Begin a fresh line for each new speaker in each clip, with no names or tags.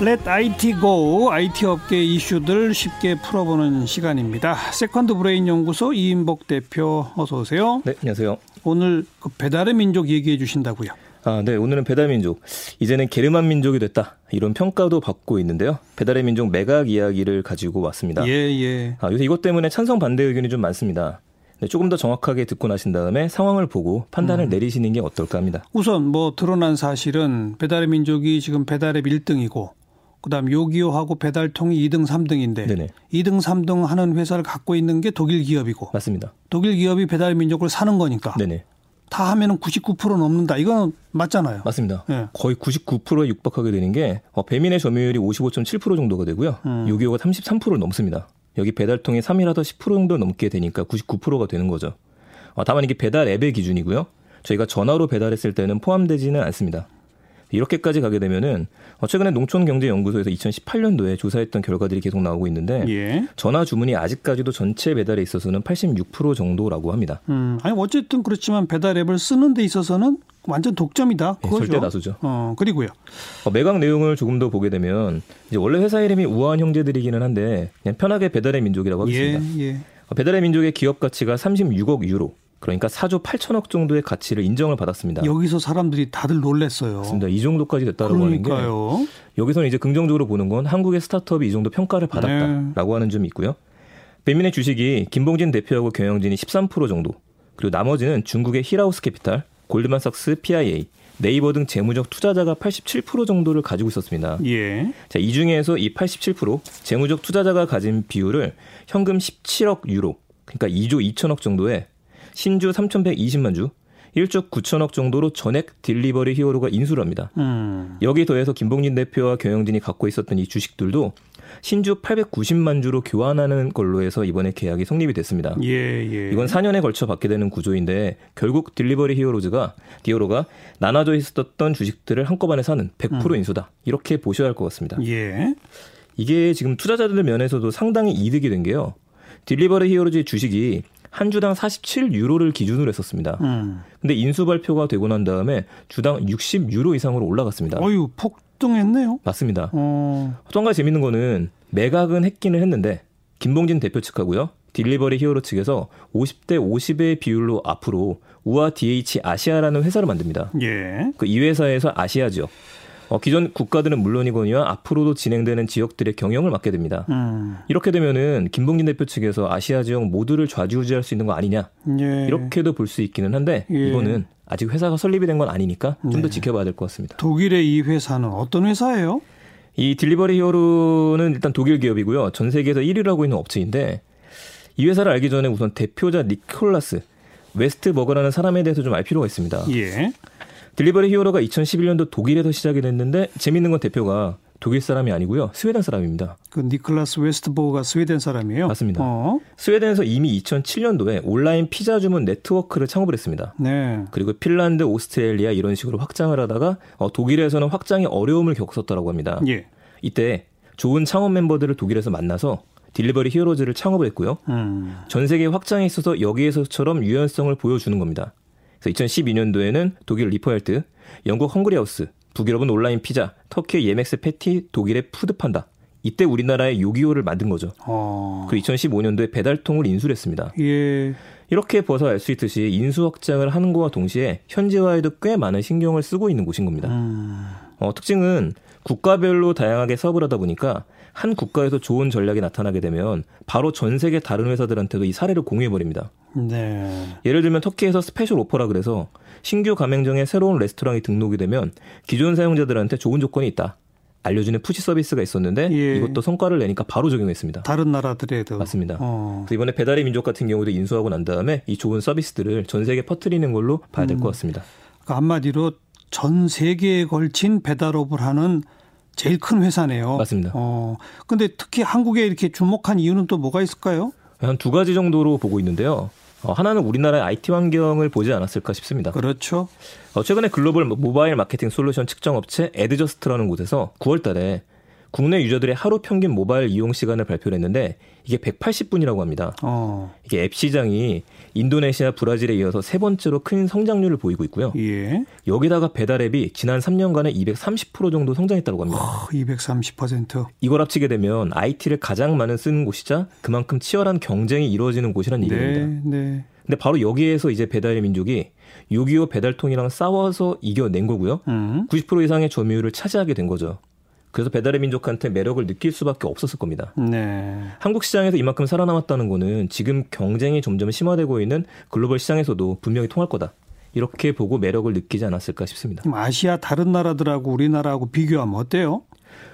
Let IT Go IT 업계 이슈들 쉽게 풀어보는 시간입니다. 세컨드 브레인 연구소 이인복 대표 어서 오세요.
네, 안녕하세요.
오늘 그 배달의 민족 얘기해 주신다고요.
아, 네. 오늘은 배달 민족. 이제는 게르만 민족이 됐다. 이런 평가도 받고 있는데요. 배달의 민족 매각 이야기를 가지고 왔습니다.
예, 예.
아, 요새 이것 때문에 찬성 반대 의견이 좀 많습니다. 네, 조금 더 정확하게 듣고 나신 다음에 상황을 보고 판단을 내리시는 게 어떨까 합니다.
우선 뭐 드러난 사실은 배달의 민족이 지금 배달앱 1등이고 그다음 요기요하고 배달통이 2등, 3등인데
네네.
2등, 3등 하는 회사를 갖고 있는 게 독일 기업이고
맞습니다.
독일 기업이 배달의 민족을 사는 거니까
네네.
다 하면은 99% 넘는다. 이건 맞잖아요.
맞습니다.
예.
거의 99%에 육박하게 되는 게 어, 배민의 점유율이 55.7% 정도가 되고요.
음.
요기요가 33%를 넘습니다. 여기 배달통이 3일하다 10% 정도 넘게 되니까 99%가 되는 거죠. 어, 다만 이게 배달 앱의 기준이고요. 저희가 전화로 배달했을 때는 포함되지는 않습니다. 이렇게까지 가게 되면은 어, 최근에 농촌경제연구소에서 2018년도에 조사했던 결과들이 계속 나오고 있는데
예.
전화 주문이 아직까지도 전체 배달에 있어서는 86% 정도라고 합니다.
음, 아니 어쨌든 그렇지만 배달 앱을 쓰는 데 있어서는 완전 독점이다.
예,
그거죠.
절대 다수죠.
어, 그리고요.
어, 매각 내용을 조금 더 보게 되면 이제 원래 회사 이름이 우아한 형제들이기는 한데 그냥 편하게 배달의 민족이라고
예,
하겠습니다.
예.
어, 배달의 민족의 기업 가치가 36억 유로 그러니까 4조 8천억 정도의 가치를 인정을 받았습니다.
여기서 사람들이 다들 놀랬어요.
맞습니다. 이 정도까지 됐다라고 하는 게
그러니까요.
여기서는 이제 긍정적으로 보는 건 한국의 스타트업이 이 정도 평가를
네.
받았다라고 하는 점이 있고요. 배민의 주식이 김봉진 대표하고 경영진이 13% 정도 그리고 나머지는 중국의 히라우스 캐피탈, 골드만삭스, PIA, 네이버 등 재무적 투자자가 87% 정도를 가지고 있었습니다.
예.
자, 이 중에서 이 87% 재무적 투자자가 가진 비율을 현금 17억 유로, 그러니까 2조 2천억 정도에 신주 3,120만 주, 1조 9천억 정도로 전액 딜리버리 히어로가 인수를 합니다.
음.
여기 더해서 김봉진 대표와 경영진이 갖고 있었던 이 주식들도 신주 890만 주로 교환하는 걸로 해서 이번에 계약이 성립이 됐습니다.
예, 예.
이건 4년에 걸쳐 받게 되는 구조인데 결국 딜리버리 히어로즈가 히어로가 나눠져 있었던 주식들을 한꺼번에 사는 100% 인수다 이렇게 보셔야 할 것 같습니다.
예.
이게 지금 투자자들 면에서도 상당히 이득이 된 게요. 딜리버리 히어로즈의 주식이 한 주당 47유로를 기준으로 했었습니다.
음.
근데 인수 발표가 되고 난 다음에 주당 60유로 이상으로 올라갔습니다.
어유 폭등했네요.
맞습니다.
어.
또 한 가지 재밌는 거는 매각은 했기는 했는데 김봉진 대표 측하고요. 딜리버리 히어로 측에서 50대 50의 비율로 앞으로 우아 DH 아시아라는 회사를 만듭니다.
예.
그 이 회사에서 아시아 지역 어, 기존 국가들은 물론이거니와 앞으로도 진행되는 지역들의 경영을 맡게 됩니다.
음.
이렇게 되면은 김봉진 대표 측에서 아시아 지역 모두를 좌지우지할 수 있는 거 아니냐
예.
이렇게도 볼 수 있기는 한데
예. 네.
이거는 아직 회사가 설립이 된 건 아니니까 좀 더 지켜봐야 될 것 같습니다.
독일의 이 회사는 어떤 회사예요?
이 딜리버리 히어로는 일단 독일 기업이고요 전 세계에서 1위를 하고 있는 업체인데 이 회사를 알기 전에 우선 대표자 니콜라스 웨스트 버거라는 사람에 대해서 좀 알 필요가 있습니다.
예.
딜리버리 히어로가 2011년도 독일에서 시작이 됐는데 재밌는 건 대표가 독일 사람이 아니고요 스웨덴 사람입니다.
그 니클라스 웨스트보가 스웨덴 사람이에요.
맞습니다.
어.
스웨덴에서 이미 2007년도에 온라인 피자 주문 네트워크를 창업을 했습니다.
네.
그리고 핀란드, 오스트레일리아 이런 식으로 확장을 하다가 어, 독일에서는 확장에 어려움을 겪었다라고 합니다.
예.
이때 좋은 창업 멤버들을 독일에서 만나서 딜리버리 히어로즈를 창업을 했고요.
음.
전 세계 확장에 있어서 여기에서처럼 유연성을 보여주는 겁니다. 그래서 2012년도에는 독일 리퍼헬트, 영국 헝그리하우스, 북유럽은 온라인 피자, 터키의 예맥스 패티, 독일의 푸드판다. 이때 우리나라의 요기요를 만든 거죠.
어.
그리고 2015년도에 배달통을 인수를 했습니다.
예.
이렇게 벌써 알 수 있듯이 인수 확장을 하는 것과 동시에 현지화에도 꽤 많은 신경을 쓰고 있는 곳인 겁니다.
음.
어, 특징은 국가별로 다양하게 사업을 하다 보니까 한 국가에서 좋은 전략이 나타나게 되면 바로 전 세계 다른 회사들한테도 이 사례를 공유해 버립니다.
네.
예를 들면 터키에서 스페셜 오퍼라 그래서 신규 가맹점에 새로운 레스토랑이 등록이 되면 기존 사용자들한테 좋은 조건이 있다. 알려주는 푸시 서비스가 있었는데
예. 어.
이것도 성과를 내니까 바로 적용했습니다.
다른 나라들에도
맞습니다.
어.
그래서 이번에 배달의 민족 같은 경우도 인수하고 난 다음에 이 좋은 서비스들을 전 세계 퍼뜨리는 걸로 봐야 될 것 같습니다.
그 한마디로 전 세계에 걸친 배달업을 하는 제일 큰 회사네요.
맞습니다.
어. 근데 특히 한국에 이렇게 주목한 이유는 또 뭐가 있을까요?
한 두 가지 정도로 보고 있는데요. 어, 하나는 우리나라의 IT 환경을 보지 않았을까 싶습니다.
그렇죠.
어, 최근에 글로벌 모바일 마케팅 솔루션 측정 업체 에드저스트라는 곳에서 9월 달에 국내 유저들의 하루 평균 모바일 이용 시간을 발표를 했는데 이게 180분이라고 합니다.
어.
이게 앱 시장이 인도네시아, 브라질에 이어서 세 번째로 큰 성장률을 보이고 있고요.
예.
여기다가 배달 앱이 지난 3년간에 230% 정도 성장했다고 합니다.
어, 230%.
이걸 합치게 되면 IT를 가장 많은 쓰는 곳이자 그만큼 치열한 경쟁이 이루어지는 곳이라는
네,
얘기입니다.
네.
근데 바로 여기에서 이제 배달의 민족이 6.25 배달통이랑 싸워서 이겨낸 거고요.
음.
90% 이상의 점유율을 차지하게 된 거죠. 그래서 배달의 민족한테 매력을 느낄 수밖에 없었을 겁니다.
네.
한국 시장에서 이만큼 살아남았다는 거는 지금 경쟁이 점점 심화되고 있는 글로벌 시장에서도 분명히 통할 거다. 이렇게 보고 매력을 느끼지 않았을까 싶습니다.
그럼 아시아 다른 나라들하고 우리나라하고 비교하면 어때요?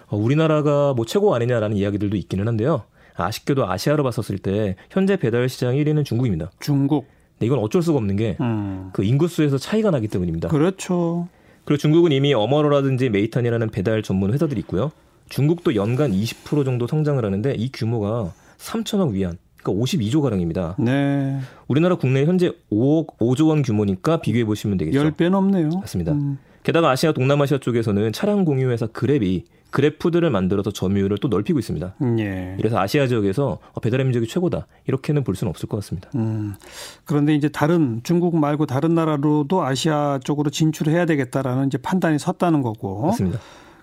어, 우리나라가 뭐 최고 아니냐라는 이야기들도 있기는 한데요. 아쉽게도 아시아로 봤었을 때 현재 배달 시장 1위는 중국입니다.
중국.
근데 이건 어쩔 수가 없는 게
음.
그 인구수에서 차이가 나기 때문입니다.
그렇죠.
그리고 중국은 이미 어머로라든지 메이탄이라는 배달 전문 회사들이 있고요. 중국도 연간 20% 정도 성장을 하는데 이 규모가 3천억 위안, 그러니까 52조 가량입니다.
네.
우리나라 국내 현재 5억 5조 원 규모니까 비교해 보시면 되겠죠.
열 배 넘네요.
맞습니다.
음.
게다가 아시아 동남아시아 쪽에서는 차량 공유 회사 그랩이 그랩푸드를 만들어서 점유율을 또 넓히고 있습니다.
예.
이래서 아시아 지역에서 어, 배달의 민족이 최고다 이렇게는 볼 수는 없을 것 같습니다.
음. 그런데 이제 다른 중국 말고 다른 나라로도 아시아 쪽으로 진출해야 되겠다라는 이제 판단이 섰다는 거고.
맞습니다.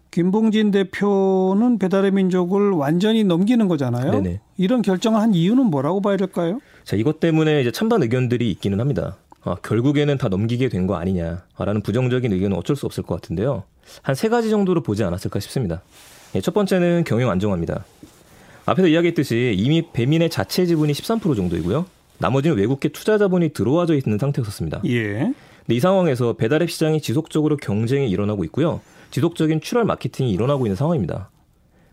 김봉진 대표는 배달의 민족을 완전히 넘기는 거잖아요.
네네.
이런 결정을 한 이유는 뭐라고 봐야 될까요?
자 이것 때문에 이제 찬반 의견들이 있기는 합니다. 아, 결국에는 다 넘기게 된 거 아니냐라는 부정적인 의견은 어쩔 수 없을 것 같은데요. 한 세 가지 정도로 보지 않았을까 싶습니다. 예, 첫 번째는 경영 안정화입니다. 앞에서 이야기했듯이 이미 배민의 자체 지분이 13% 정도이고요. 나머지는 외국계 투자 자본이 들어와져 있는 상태였었습니다.
예.
근데 이 상황에서 배달앱 시장이 지속적으로 경쟁이 일어나고 있고요. 지속적인 출혈 마케팅이 일어나고 있는 상황입니다.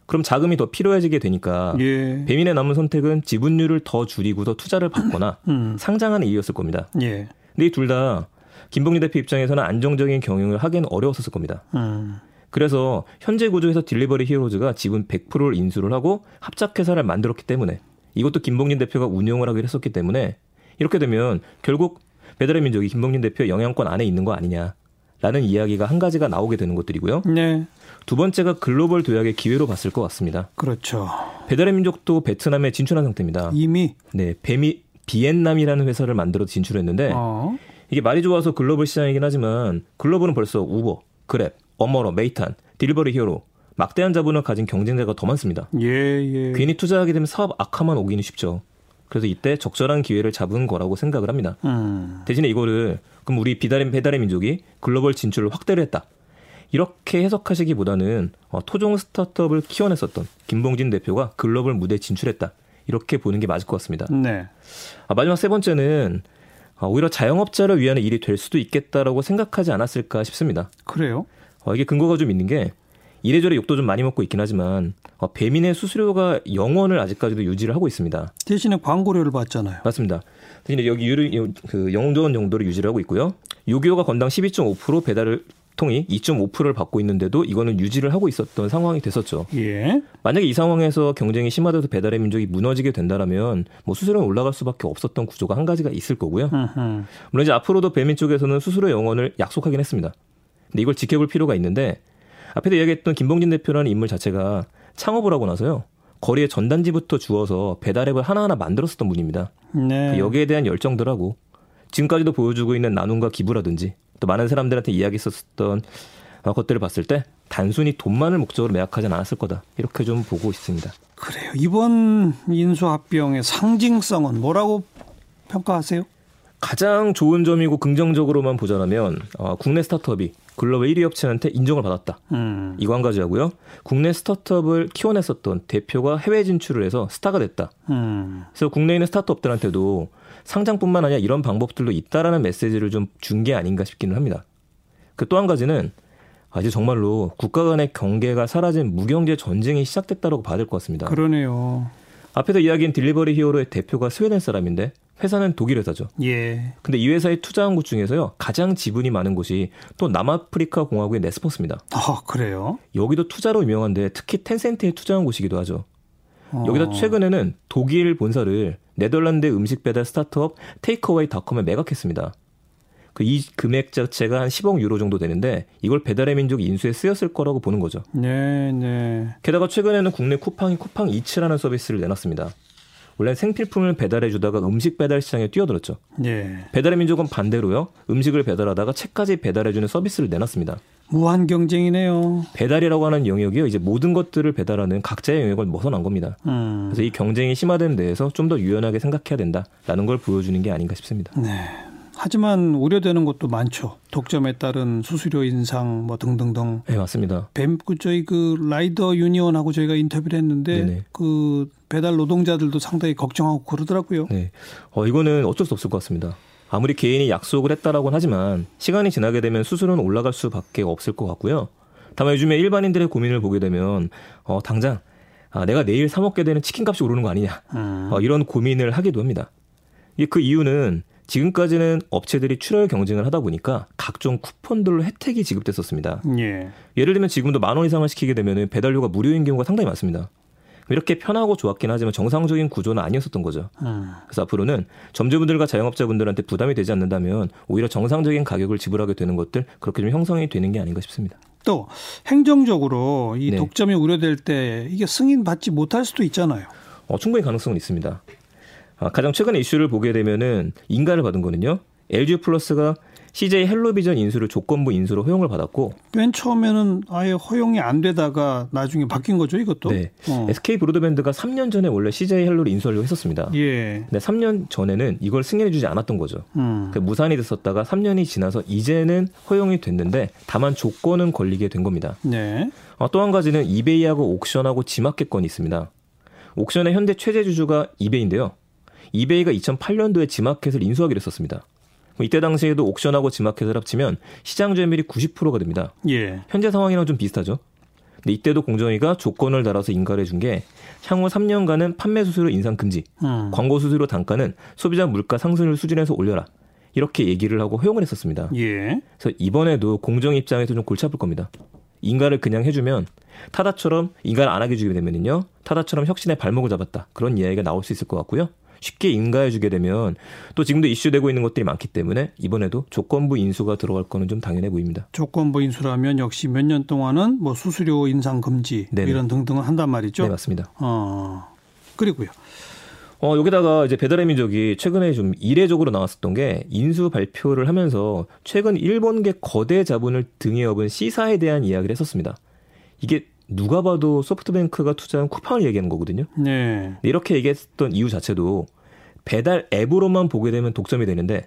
그럼 자금이 더 필요해지게 되니까
예.
배민의 남은 선택은 지분율을 더 줄이고서 투자를 받거나
음.
상장하는 일이었을 겁니다.
예.
근데 이 둘 다 김봉리 대표 입장에서는 안정적인 경영을 하기는 어려웠었을 겁니다.
음.
그래서 현재 구조에서 딜리버리 히어로즈가 지분 100%를 인수를 하고 합작회사를 만들었기 때문에 이것도 김봉진 대표가 운영을 하기로 했었기 때문에 이렇게 되면 결국 배달의 민족이 김봉진 대표의 영향권 안에 있는 거 아니냐라는 이야기가 한 가지가 나오게 되는 것들이고요.
네.
두 번째가 글로벌 도약의 기회로 봤을 것 같습니다.
그렇죠.
배달의 민족도 베트남에 진출한 상태입니다.
이미
네, 뱀이 비엔남이라는 회사를 만들어 진출했는데
어.
이게 말이 좋아서 글로벌 시장이긴 하지만 글로벌은 벌써 우버, 그랩, 어머러, 메이탄, 딜버리 히어로 막대한 자본을 가진 경쟁자가 더 많습니다.
예, 예.
괜히 투자하게 되면 사업 악화만 오기는 쉽죠. 그래서 이때 적절한 기회를 잡은 거라고 생각을 합니다.
음.
대신에 이거를 그럼 우리 비달의 배달의 민족이 글로벌 진출을 확대를 했다. 이렇게 해석하시기보다는 어, 토종 스타트업을 키워냈었던 김봉진 대표가 글로벌 무대에 진출했다. 이렇게 보는 게 맞을 것 같습니다.
네.
아, 마지막 세 번째는 아, 오히려 자영업자를 위한 일이 될 수도 있겠다라고 생각하지 않았을까 싶습니다.
그래요.
어, 이게 근거가 좀 있는 게 이래저래 욕도 좀 많이 먹고 있긴 하지만 어, 배민의 수수료가 0원을 아직까지도 유지를 하고 있습니다.
대신에 광고료를 받잖아요.
맞습니다. 대신에 여기 유리 요- 그 0원 정도를 유지를 하고 있고요. 요기요가 건당 12.5% 배달을 통이 2.5%를 받고 있는데도 이거는 유지를 하고 있었던 상황이 됐었죠.
예.
만약에 이 상황에서 경쟁이 심화돼서 배달의 민족이 무너지게 된다라면 뭐 수수료는 올라갈 수밖에 없었던 구조가 한 가지가 있을 거고요.
음흠.
물론 이제 앞으로도 배민 쪽에서는 수수료 영원을 약속하긴 했습니다. 근데 이걸 지켜볼 필요가 있는데 앞에도 이야기했던 김봉진 대표라는 인물 자체가 창업을 하고 나서요. 거리에 전단지부터 주어서 배달앱을 하나하나 만들었었던 분입니다.
네.
그 여기에 대한 열정들하고 지금까지도 보여주고 있는 나눔과 기부라든지 또 많은 사람들한테 이야기했었던 것들을 봤을 때 단순히 돈만을 목적으로 매각하진 않았을 거다. 이렇게 좀 보고 있습니다.
그래요. 이번 인수합병의 상징성은 뭐라고 평가하세요?
가장 좋은 점이고 긍정적으로만 보자면 어, 국내 스타트업이 글로벌 1위 업체한테 인정을 받았다.
음.
이거 한 가지하고요. 국내 스타트업을 키워냈었던 대표가 해외 진출을 해서 스타가 됐다.
음.
그래서 국내에 있는 스타트업들한테도 상장뿐만 아니라 이런 방법들도 있다라는 메시지를 좀 준 게 아닌가 싶기는 합니다. 그 또 한 가지는 아, 이제 정말로 국가 간의 경계가 사라진 무경제 전쟁이 시작됐다고 봐야 될 것 같습니다.
그러네요.
앞에서 이야기한 딜리버리 히어로의 대표가 스웨덴 사람인데 회사는 독일 회사죠.
예.
근데 이 회사에 투자한 곳 중에서요 가장 지분이 많은 곳이 또 남아프리카 공화국의 네스퍼스입니다.
아, 그래요.
여기도 투자로 유명한데 특히 텐센트에 투자한 곳이기도 하죠.
어.
여기다 최근에는 독일 본사를 네덜란드 음식 배달 스타트업 테이크어웨이 닷컴에 매각했습니다. 그 이 금액 자체가 한 10억 유로 정도 되는데 이걸 배달의 민족 인수에 쓰였을 거라고 보는 거죠.
네, 네.
게다가 최근에는 국내 쿠팡이 쿠팡 이츠라는 서비스를 내놨습니다. 원래 생필품을 배달해 주다가 음식 배달 시장에 뛰어들었죠.
예.
배달의 민족은 반대로요. 음식을 배달하다가 책까지 배달해 주는 서비스를 내놨습니다.
무한 경쟁이네요.
배달이라고 하는 영역이 이제 모든 것들을 배달하는 각자의 영역을 벗어난 겁니다.
음.
그래서 이 경쟁이 심화된 데에서 좀 더 유연하게 생각해야 된다라는 걸 보여주는 게 아닌가 싶습니다.
네. 하지만 우려되는 것도 많죠. 독점에 따른 수수료 인상 뭐 등등등.
네, 맞습니다.
뱀, 그 저희 그 라이더 유니온하고 저희가 인터뷰를 했는데
네네.
그 배달 노동자들도 상당히 걱정하고 그러더라고요.
네. 어, 이거는 어쩔 수 없을 것 같습니다. 아무리 개인이 약속을 했다라고는 하지만 시간이 지나게 되면 수수료는 올라갈 수밖에 없을 것 같고요. 다만 요즘에 일반인들의 고민을 보게 되면 어, 당장 아, 내가 내일 사 먹게 되는 치킨값이 오르는 거 아니냐
음.
어, 이런 고민을 하기도 합니다. 이게 그 이유는 지금까지는 업체들이 출혈 경쟁을 하다 보니까 각종 쿠폰들로 혜택이 지급됐었습니다.
예.
예를 들면 지금도 만 원 이상을 시키게 되면 배달료가 무료인 경우가 상당히 많습니다. 이렇게 편하고 좋았긴 하지만 정상적인 구조는 아니었었던 거죠.
음.
그래서 앞으로는 점주분들과 자영업자분들한테 부담이 되지 않는다면 오히려 정상적인 가격을 지불하게 되는 것들 그렇게 좀 형성이 되는 게 아닌가 싶습니다.
또 행정적으로 이
네.
독점이 우려될 때 이게 승인 받지 못할 수도 있잖아요.
어, 충분히 가능성은 있습니다. 아, 가장 최근의 이슈를 보게 되면은 인가를 받은 거는요. LG 플러스가 CJ 헬로비전 인수를 조건부 인수로 허용을 받았고
맨 처음에는 아예 허용이 안 되다가 나중에 바뀐 거죠, 이것도.
네.
어.
SK 브로드밴드가 3년 전에 원래 CJ 헬로를 인수하려고 했었습니다.
예.
근데 3년 전에는 이걸 승인해주지 않았던 거죠.
음.
그 무산이 됐었다가 3년이 지나서 이제는 허용이 됐는데 다만 조건은 걸리게 된 겁니다.
네.
어, 또 한 가지는 이베이하고 옥션하고 지마켓권이 있습니다. 옥션의 현대 최대 주주가 이베이인데요. 이베이가 2008년도에 지마켓을 인수하기로 했었습니다. 그럼 이때 당시에도 옥션하고 지마켓을 합치면 시장 점유율이 90%가 됩니다.
예.
현재 상황이랑 좀 비슷하죠. 근데 이때도 공정위가 조건을 달아서 인가를 해준 게 향후 3년간은 판매 수수료 인상 금지,
음.
광고 수수료 단가는 소비자 물가 상승률 수준에서 올려라. 이렇게 얘기를 하고 허용을 했었습니다.
예.
그래서 이번에도 공정 입장에서 좀 골치 아플 겁니다. 인가를 그냥 해주면 타다처럼 인가를 안 하게 주게 되면요 타다처럼 혁신의 발목을 잡았다 그런 이야기가 나올 수 있을 것 같고요 쉽게 인가해 주게 되면 또 지금도 이슈되고 있는 것들이 많기 때문에 이번에도 조건부 인수가 들어갈 거는 좀 당연해 보입니다.
조건부 인수라면 역시 몇 년 동안은 뭐 수수료 인상 금지
네네.
이런 등등을 한단 말이죠.
네 맞습니다.
어. 그리고요.
어 여기다가 이제 배달의 민족이 최근에 좀 이례적으로 나왔었던 게 인수 발표를 하면서 최근 일본계 거대 자본을 등에 업은 C사에 대한 이야기를 했었습니다. 이게 누가 봐도 소프트뱅크가 투자한 쿠팡을 얘기하는 거거든요.
네.
근데 이렇게 얘기했던 이유 자체도 배달 앱으로만 보게 되면 독점이 되는데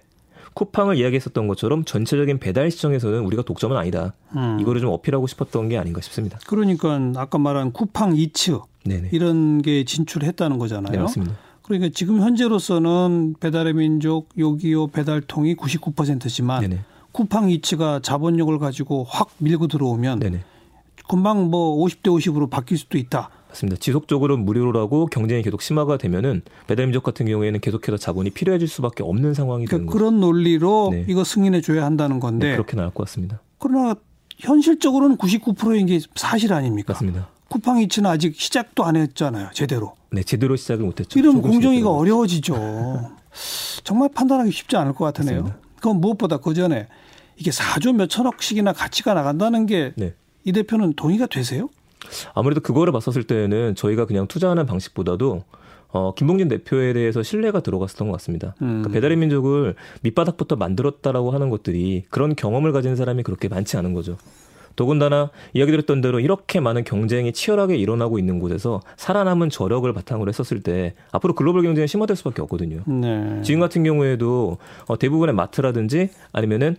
쿠팡을 이야기했었던 것처럼 전체적인 배달 시장에서는 우리가 독점은 아니다.
음.
이거를 좀 어필하고 싶었던 게 아닌가 싶습니다.
그러니까 아까 말한 쿠팡 이츠
네네.
이런 게 진출했다는 거잖아요.
네 맞습니다.
그러니까 지금 현재로서는 배달의 민족 요기요 배달통이 99%지만
네네.
쿠팡 이츠가 자본력을 가지고 확 밀고 들어오면
네네.
금방 뭐 50대 50으로 바뀔 수도 있다.
맞습니다. 지속적으로 무료로라고 경쟁이 계속 심화가 되면은 배달 민족 같은 경우에는 계속해서 자본이 필요해질 수밖에 없는 상황이 되는
그러니까
거죠.
그런 논리로
네.
이거 승인해 줘야 한다는
네,
건데
그렇게 나올 것 같습니다.
그러나 현실적으로는 99%인 게 사실 아닙니까?
맞습니다.
쿠팡 이츠는 아직 시작도 안 했잖아요. 제대로.
네, 제대로 시작을 못했죠.
이런
조금씩
공정위가
했더라고요.
어려워지죠. 정말 판단하기 쉽지 않을 것 같으네요. 그건 무엇보다 그 전에 이게 4조 몇 천억씩이나 가치가 나간다는 게 이
네.
대표는 동의가 되세요?
아무래도 그거를 봤었을 때는 저희가 그냥 투자하는 방식보다도 어, 김봉진 대표에 대해서 신뢰가 들어갔었던 것 같습니다.
음.
그러니까 배달의 민족을 밑바닥부터 만들었다라고 하는 것들이 그런 경험을 가진 사람이 그렇게 많지 않은 거죠. 더군다나 이야기 드렸던 대로 이렇게 많은 경쟁이 치열하게 일어나고 있는 곳에서 살아남은 저력을 바탕으로 했었을 때 앞으로 글로벌 경쟁이 심화될 수밖에 없거든요.
네.
지금 같은 경우에도 어, 대부분의 마트라든지 아니면은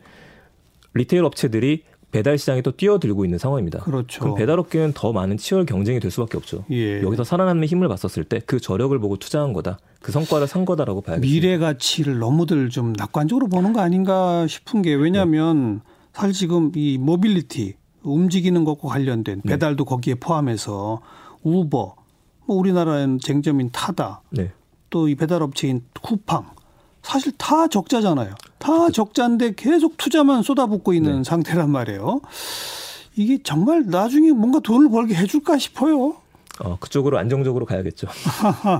리테일 업체들이 배달 시장에 또 뛰어들고 있는 상황입니다.
그렇죠.
그럼 배달업계는 더 많은 치열 경쟁이 될 수밖에 없죠.
예.
여기서 살아남는 힘을 봤었을 때 그 저력을 보고 투자한 거다. 그 성과를 산 거다라고 봐야겠습니다.
미래 가치를 너무들 좀 낙관적으로 보는 거 아닌가 싶은 게 왜냐하면 사실 지금 이 모빌리티 움직이는 것과 관련된 배달도 거기에 포함해서 우버 뭐 우리나라엔 쟁점인 타다
네.
또 이 배달 업체인 쿠팡 사실 다 적자잖아요. 다 적자인데 계속 투자만 쏟아붓고 있는 상태란 말이에요. 이게 정말 나중에 뭔가 돈을 벌게 해줄까 싶어요.
어, 그쪽으로 안정적으로 가야겠죠.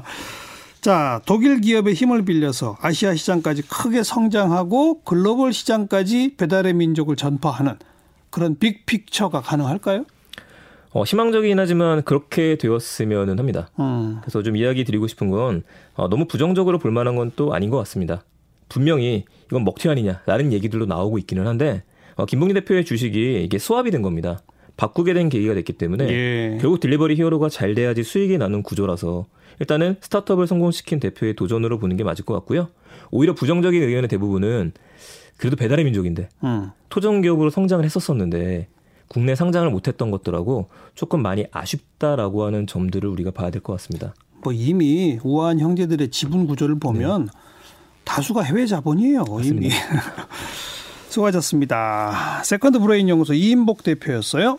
자, 독일 기업의 힘을 빌려서 아시아 시장까지 크게 성장하고 글로벌 시장까지 배달의 민족을 전파하는 그런 빅픽처가 가능할까요?
어, 희망적이긴 하지만 그렇게 되었으면 합니다.
음.
그래서 좀 이야기 드리고 싶은 건 어, 너무 부정적으로 볼 만한 건 또 아닌 것 같습니다. 분명히 이건 먹튀 아니냐라는 얘기들도 나오고 있기는 한데 어, 김봉리 대표의 주식이 이게 수합이 된 겁니다. 바꾸게 된 계기가 됐기 때문에
예.
결국 딜리버리 히어로가 잘 돼야지 수익이 나는 구조라서 일단은 스타트업을 성공시킨 대표의 도전으로 보는 게 맞을 것 같고요. 오히려 부정적인 의견의 대부분은 그래도 배달의 민족인데
음.
토종 기업으로 성장을 했었었는데 국내 상장을 못했던 것들하고 조금 많이 아쉽다라고 하는 점들을 우리가 봐야 될 것 같습니다.
뭐 이미 우아한 형제들의 지분 구조를 보면 다수가 해외 자본이에요. 이미. 수고하셨습니다. 세컨드 브레인 연구소 이인복 대표였어요.